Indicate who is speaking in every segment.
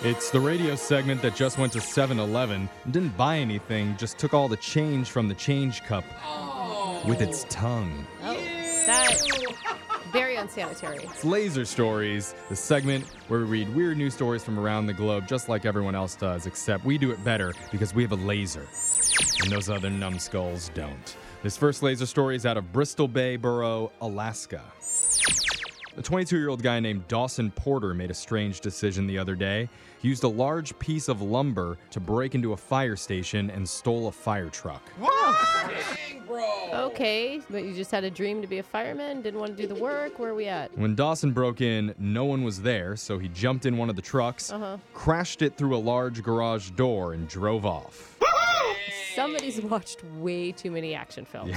Speaker 1: It's the radio segment that just went to 7 Eleven, didn't buy anything, just took all the change from the change cup with its tongue.
Speaker 2: Oh, that very unsanitary.
Speaker 1: It's Laser Stories, the segment where we read weird news stories from around the globe, just like everyone else does, except we do it better because we have a laser. And those other numbskulls don't. This first laser story is out of Bristol Bay Borough, Alaska. A 22 year old guy named Dawson Porter made a strange decision the other day. He used a large piece of lumber to break into a fire station and stole a fire truck.
Speaker 2: Oh. Okay, but you just had a dream to be a fireman, didn't want to do the work. Where are we at?
Speaker 1: When Dawson broke in, no one was there, so he jumped in one of the trucks,
Speaker 2: Uh-huh.
Speaker 1: crashed it through a large garage door, and drove off.
Speaker 2: Somebody's watched way too many action films.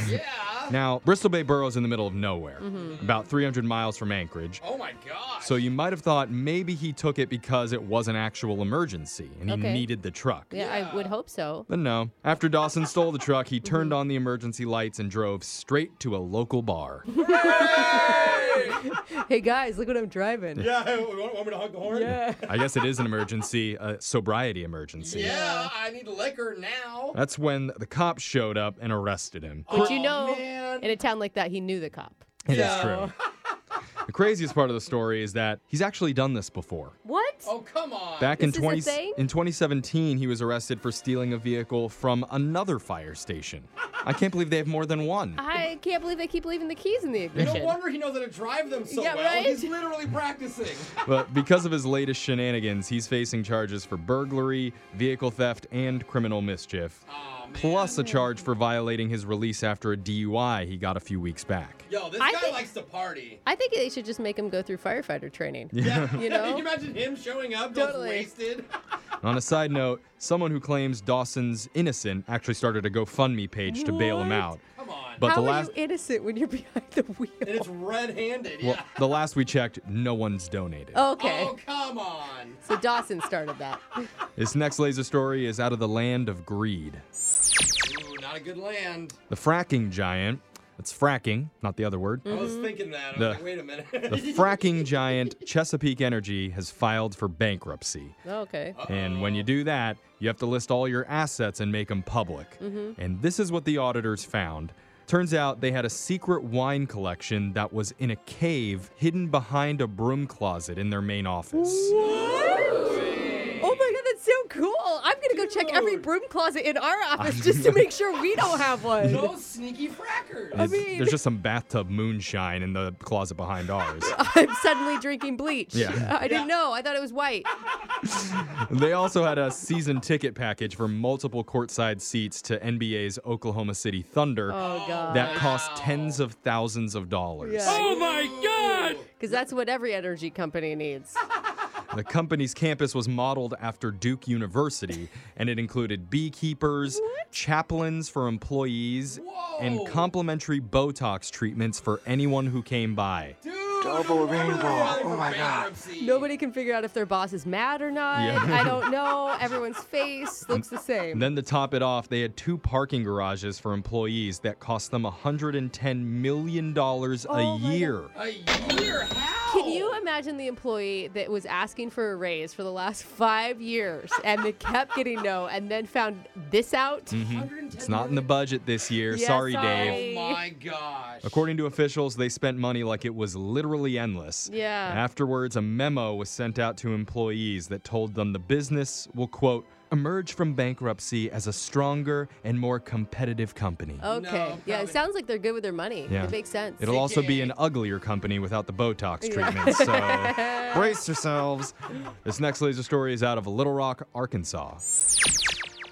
Speaker 1: Now, Bristol Bay Borough is in the middle of nowhere,
Speaker 2: Mm-hmm.
Speaker 1: about 300 miles from Anchorage.
Speaker 3: Oh my gosh.
Speaker 1: So you might have thought maybe he took it because it was an actual emergency and he
Speaker 2: Okay.
Speaker 1: needed the truck.
Speaker 2: Yeah, Mm-hmm. I would hope so.
Speaker 1: But no. After Dawson stole the truck, he turned on the emergency lights and drove straight to a local bar.
Speaker 2: Hey guys, look what I'm driving.
Speaker 3: yeah, want, want me to hug the horn? Yeah.
Speaker 1: I guess it is an emergency, a sobriety emergency.
Speaker 3: I need liquor now.
Speaker 1: That's when the cops showed up and arrested him.
Speaker 2: But you
Speaker 3: Aw,
Speaker 2: know,
Speaker 3: man.
Speaker 2: in a town like that, he knew the cop.
Speaker 1: It is
Speaker 3: Yeah.
Speaker 1: true. The craziest part of the story is that he's actually done this before.
Speaker 2: What?
Speaker 3: Oh, come on.
Speaker 1: Back in
Speaker 2: This is a
Speaker 1: 20
Speaker 2: thing?
Speaker 1: in 2017, he was arrested for stealing a vehicle from another fire station. I can't believe they have more than one.
Speaker 2: I can't believe they keep leaving the keys in the
Speaker 3: no
Speaker 2: ignition.
Speaker 3: wonder he knows how to drive them so
Speaker 2: Yeah,
Speaker 3: well.
Speaker 2: right?
Speaker 3: He's literally practicing.
Speaker 1: But because of his latest shenanigans, he's facing charges for burglary, vehicle theft, and criminal mischief,
Speaker 3: Aw, man.
Speaker 1: plus a charge for violating his release after a DUI he got a few weeks back.
Speaker 3: Yo, this
Speaker 2: I
Speaker 3: guy
Speaker 2: think-
Speaker 3: likes to party.
Speaker 2: I think they should just make him go through firefighter training.
Speaker 3: Yeah.
Speaker 2: You know?
Speaker 3: Can you imagine him showing up
Speaker 2: Totally.
Speaker 3: just wasted?
Speaker 1: On a side note, someone who claims Dawson's innocent actually started a GoFundMe page to bail him
Speaker 2: What?
Speaker 1: out.
Speaker 3: Come on.
Speaker 1: But
Speaker 2: How
Speaker 1: the last
Speaker 2: are you innocent when you're behind the wheel?
Speaker 3: and it's red-handed.
Speaker 1: well,
Speaker 3: yeah.
Speaker 1: the last we checked, no one's donated.
Speaker 2: Okay.
Speaker 3: Oh, come on.
Speaker 2: So Dawson started that.
Speaker 1: This next laser story is out of the land of greed.
Speaker 3: Ooh, not a good land.
Speaker 1: The fracking giant, that's fracking, not the other word.
Speaker 3: I was
Speaker 2: Mm-hmm.
Speaker 3: thinking that. I was
Speaker 1: The-
Speaker 3: like, wait a minute.
Speaker 1: The fracking giant Chesapeake Energy has filed for bankruptcy.
Speaker 2: Okay.
Speaker 1: And when you do that, you have to list all your assets and make them public. And this is what the auditors found. Turns out they had a secret wine collection that was in a cave hidden behind a broom closet in their main office.
Speaker 2: Oh my god, that's so cool! I'm gonna go check every broom closet in our office just to make sure we don't have one.
Speaker 3: Those sneaky frackers.
Speaker 1: And it's-
Speaker 2: mean-
Speaker 1: There's just some bathtub moonshine in the closet behind ours.
Speaker 2: I'm suddenly drinking bleach. Uh,
Speaker 1: Yeah. Oh,
Speaker 2: I didn't know. I thought it was white.
Speaker 1: they also had a season ticket package for multiple courtside seats to NBA's Oklahoma City Thunder
Speaker 2: Oh god.
Speaker 1: that cost tens of thousands of dollars.
Speaker 2: yeah,
Speaker 3: my god!
Speaker 2: because that's what every energy company needs.
Speaker 1: The company's campus was modeled after Duke University, and it included beekeepers, chaplains for employees, and
Speaker 3: Whoa.
Speaker 1: complimentary Botox treatments for anyone who came by.
Speaker 3: Dude, Double rainbow. Oh my god.
Speaker 2: Nobody can figure out if their boss is mad or not.
Speaker 1: Yeah.
Speaker 2: I don't know. Everyone's face looks the same.
Speaker 1: And then to top it off, they had two parking garages for employees that cost them $110 million
Speaker 2: Oh
Speaker 1: a year.
Speaker 3: A year? How?
Speaker 2: Can you imagine the employee that was asking for a raise for the last five years and they kept getting no and then found this out?
Speaker 1: Mm-hmm. It's not in the budget this year.
Speaker 2: Yeah,
Speaker 1: sorry,
Speaker 2: sorry.
Speaker 1: Dave.
Speaker 3: Oh my gosh.
Speaker 1: According to officials, they spent money like it was literally endless.
Speaker 2: Yeah.
Speaker 1: Afterwards, a memo was sent out to employees that told them the business will, quote, emerge from bankruptcy as a stronger and more competitive company.
Speaker 2: Oh, Okay. yeah,
Speaker 3: probably-
Speaker 2: it sounds like they're good with their money.
Speaker 1: Yeah.
Speaker 2: It makes sense.
Speaker 1: It'll also be an uglier company without the Botox treatment, so brace yourselves. This next laser story is out of Little Rock, Arkansas.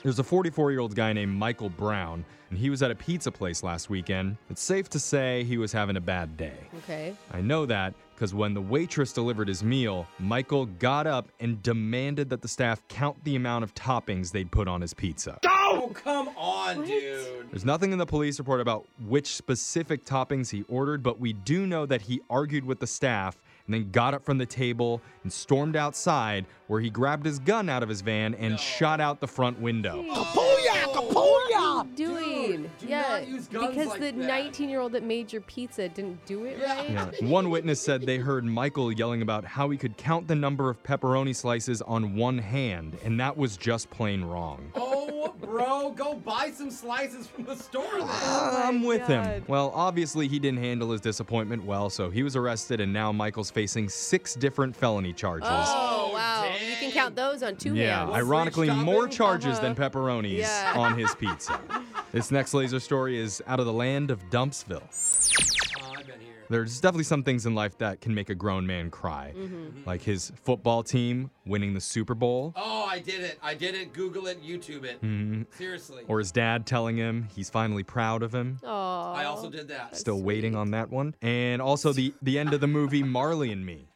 Speaker 1: There's a 44 year old guy named Michael Brown, and he was at a pizza place last weekend. It's safe to say he was having a bad day.
Speaker 2: okay.
Speaker 1: I know that because when the waitress delivered his meal, Michael got up and demanded that the staff count the amount of toppings they'd put on his pizza.
Speaker 3: Oh, come on, dude.
Speaker 1: There's nothing in the police report about which specific toppings he ordered, but we do know that he argued with the staff and then got up from the table and stormed outside where he grabbed his gun out of his van and shot out the front window.
Speaker 3: Oh yeah.
Speaker 2: What
Speaker 4: Acapulco.
Speaker 2: are you doing?
Speaker 3: Dude, do
Speaker 2: yeah,
Speaker 3: not use guns
Speaker 2: because
Speaker 3: like
Speaker 2: the
Speaker 3: that.
Speaker 2: 19 year old that made your pizza didn't do it
Speaker 3: Yeah.
Speaker 2: right.
Speaker 1: Yeah. One witness said they heard Michael yelling about how he could count the number of pepperoni slices on one hand, and that was just plain wrong.
Speaker 3: Oh, bro, go buy some slices from the store then.
Speaker 1: I'm
Speaker 2: Oh my
Speaker 1: with him.
Speaker 2: God.
Speaker 1: Well, obviously, he didn't handle his disappointment well, so he was arrested, and now Michael's facing six different felony charges.
Speaker 2: Oh,
Speaker 3: Oh,
Speaker 2: wow. You
Speaker 3: dang.
Speaker 2: can count those on two
Speaker 1: Yeah,
Speaker 2: hands.
Speaker 3: What's
Speaker 1: ironically,
Speaker 3: rich
Speaker 1: more
Speaker 3: topping?
Speaker 1: charges than pepperonis
Speaker 2: Yeah.
Speaker 1: on his pizza. this next laser story is out of the land of Dumpsville.
Speaker 3: Oh, I've been here.
Speaker 1: There's definitely some things in life that can make a grown man cry, like his football team winning the Super Bowl.
Speaker 3: Oh, I did it. I did it. Google it, YouTube it. Seriously.
Speaker 1: Mm-hmm. Or his dad telling him he's finally proud of him.
Speaker 2: Aw.
Speaker 3: I also did that.
Speaker 1: Still waiting on that one. And also the, the end of the movie Marley and Me.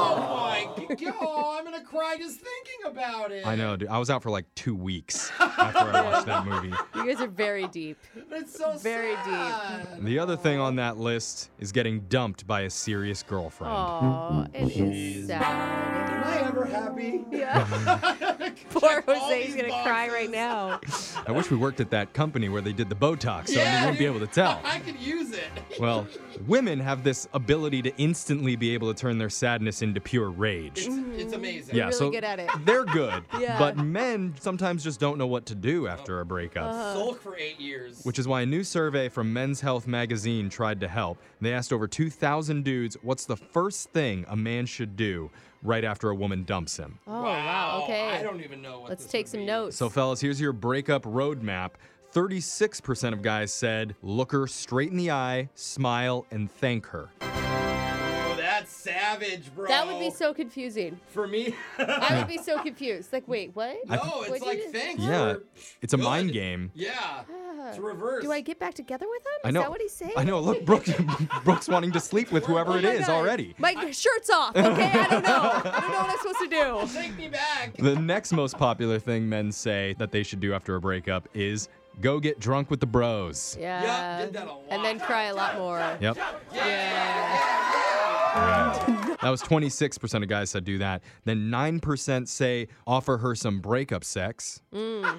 Speaker 3: Oh my god, I'm gonna cry just thinking about it.
Speaker 1: I know, dude. I was out for like two weeks after I watched that movie.
Speaker 2: You guys are very deep.
Speaker 3: But it's so
Speaker 2: Very deep.
Speaker 3: sad.
Speaker 1: The other thing on that list is getting dumped by a serious girlfriend.
Speaker 2: Oh, it is sad.
Speaker 3: Am I ever happy?
Speaker 2: Yeah. Poor
Speaker 3: all
Speaker 2: Jose's
Speaker 3: these
Speaker 2: gonna cry right
Speaker 3: boxes.
Speaker 2: now.
Speaker 1: I wish we worked at that company where they did the Botox, so
Speaker 3: Yeah,
Speaker 1: you wouldn't be
Speaker 3: dude.
Speaker 1: able to tell.
Speaker 3: I could use it.
Speaker 1: Well, women have this ability to instantly be able to turn their sadness into pure rage.
Speaker 3: It's, it's amazing.
Speaker 1: Yeah,
Speaker 2: really
Speaker 1: so
Speaker 2: good at it.
Speaker 1: they're good,
Speaker 2: Yeah.
Speaker 1: but men sometimes just don't know what to do after a breakup.
Speaker 2: Uh-huh.
Speaker 3: Sulk for eight years.
Speaker 1: Which is why a new survey from Men's Health magazine tried to help. They asked over 2,000 dudes what's the first thing a man should do right after a woman dumps him.
Speaker 2: Oh, wow. Okay.
Speaker 3: I don't even know what
Speaker 2: Let's
Speaker 3: this
Speaker 2: take
Speaker 3: would
Speaker 2: some
Speaker 3: be.
Speaker 2: notes.
Speaker 1: So, fellas, here's your breakup roadmap. 36% of guys said, look her straight in the eye, smile, and thank her.
Speaker 3: Oh, that's savage, bro.
Speaker 2: that would be so confusing.
Speaker 3: For me.
Speaker 2: I would be so confused. Like, wait, what?
Speaker 3: no, it's
Speaker 2: What'd
Speaker 3: like
Speaker 2: you do?
Speaker 3: thanks.
Speaker 1: Yeah,
Speaker 3: for-
Speaker 1: it's a
Speaker 3: Good.
Speaker 1: mind game.
Speaker 3: Yeah.
Speaker 2: Ah.
Speaker 3: It's reverse.
Speaker 2: Do I get back together with him? Is
Speaker 1: I know.
Speaker 2: that what he's saying?
Speaker 1: I know. Look, Brooke, Brooke's wanting to sleep with whoever it
Speaker 2: Oh my
Speaker 1: is
Speaker 2: God.
Speaker 1: already.
Speaker 2: My shirt's off. Okay, I don't know. I don't know what I'm supposed to do.
Speaker 3: Take me back.
Speaker 1: The next most popular thing men say that they should do after a breakup is go get drunk with the bros.
Speaker 2: Yeah.
Speaker 3: did that a
Speaker 2: And
Speaker 3: lot.
Speaker 2: then cry a lot more.
Speaker 1: Yep.
Speaker 2: Yeah.
Speaker 1: That was 26% of guys said do that. Then 9% say offer her some breakup sex.
Speaker 3: Mm.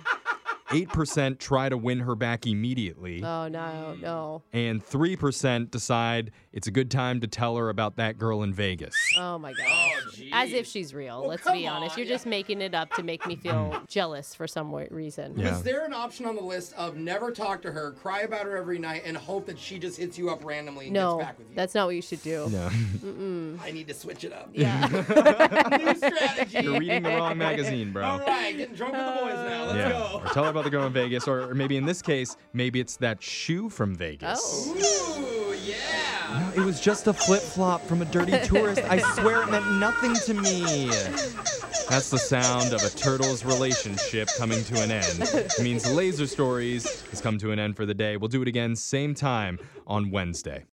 Speaker 1: 8% try to win her back immediately.
Speaker 2: Oh no, no.
Speaker 1: And 3% decide it's a good time to tell her about that girl in Vegas.
Speaker 2: Oh my gosh.
Speaker 3: Oh,
Speaker 2: As if
Speaker 3: jeez.
Speaker 2: she's real.
Speaker 3: Well,
Speaker 2: let's be
Speaker 3: come
Speaker 2: honest.
Speaker 3: on,
Speaker 2: You're just making it up to make me feel jealous for some wa- reason.
Speaker 1: Mm. Yeah.
Speaker 3: Is there an option on the list of never talk to her, cry about her every night, and hope that she just hits you up randomly and
Speaker 2: No,
Speaker 3: gets back with you?
Speaker 2: that's not what you should do.
Speaker 1: No,
Speaker 3: I need to switch it up.
Speaker 2: Yeah.
Speaker 3: New strategy.
Speaker 1: you're reading the wrong magazine, bro.
Speaker 3: All right, getting drunk with the boys now. Let's
Speaker 1: Yeah.
Speaker 3: go.
Speaker 1: Or tell her about the girl in Vegas, or, or maybe in this case, maybe it's that shoe from Vegas.
Speaker 2: Oh.
Speaker 3: Ooh, yeah.
Speaker 1: It was just a flip flop from a dirty tourist. I swear it meant nothing to me. That's the sound of a turtle's relationship coming to an end. It means Laser Stories has come to an end for the day. We'll do it again, same time on Wednesday.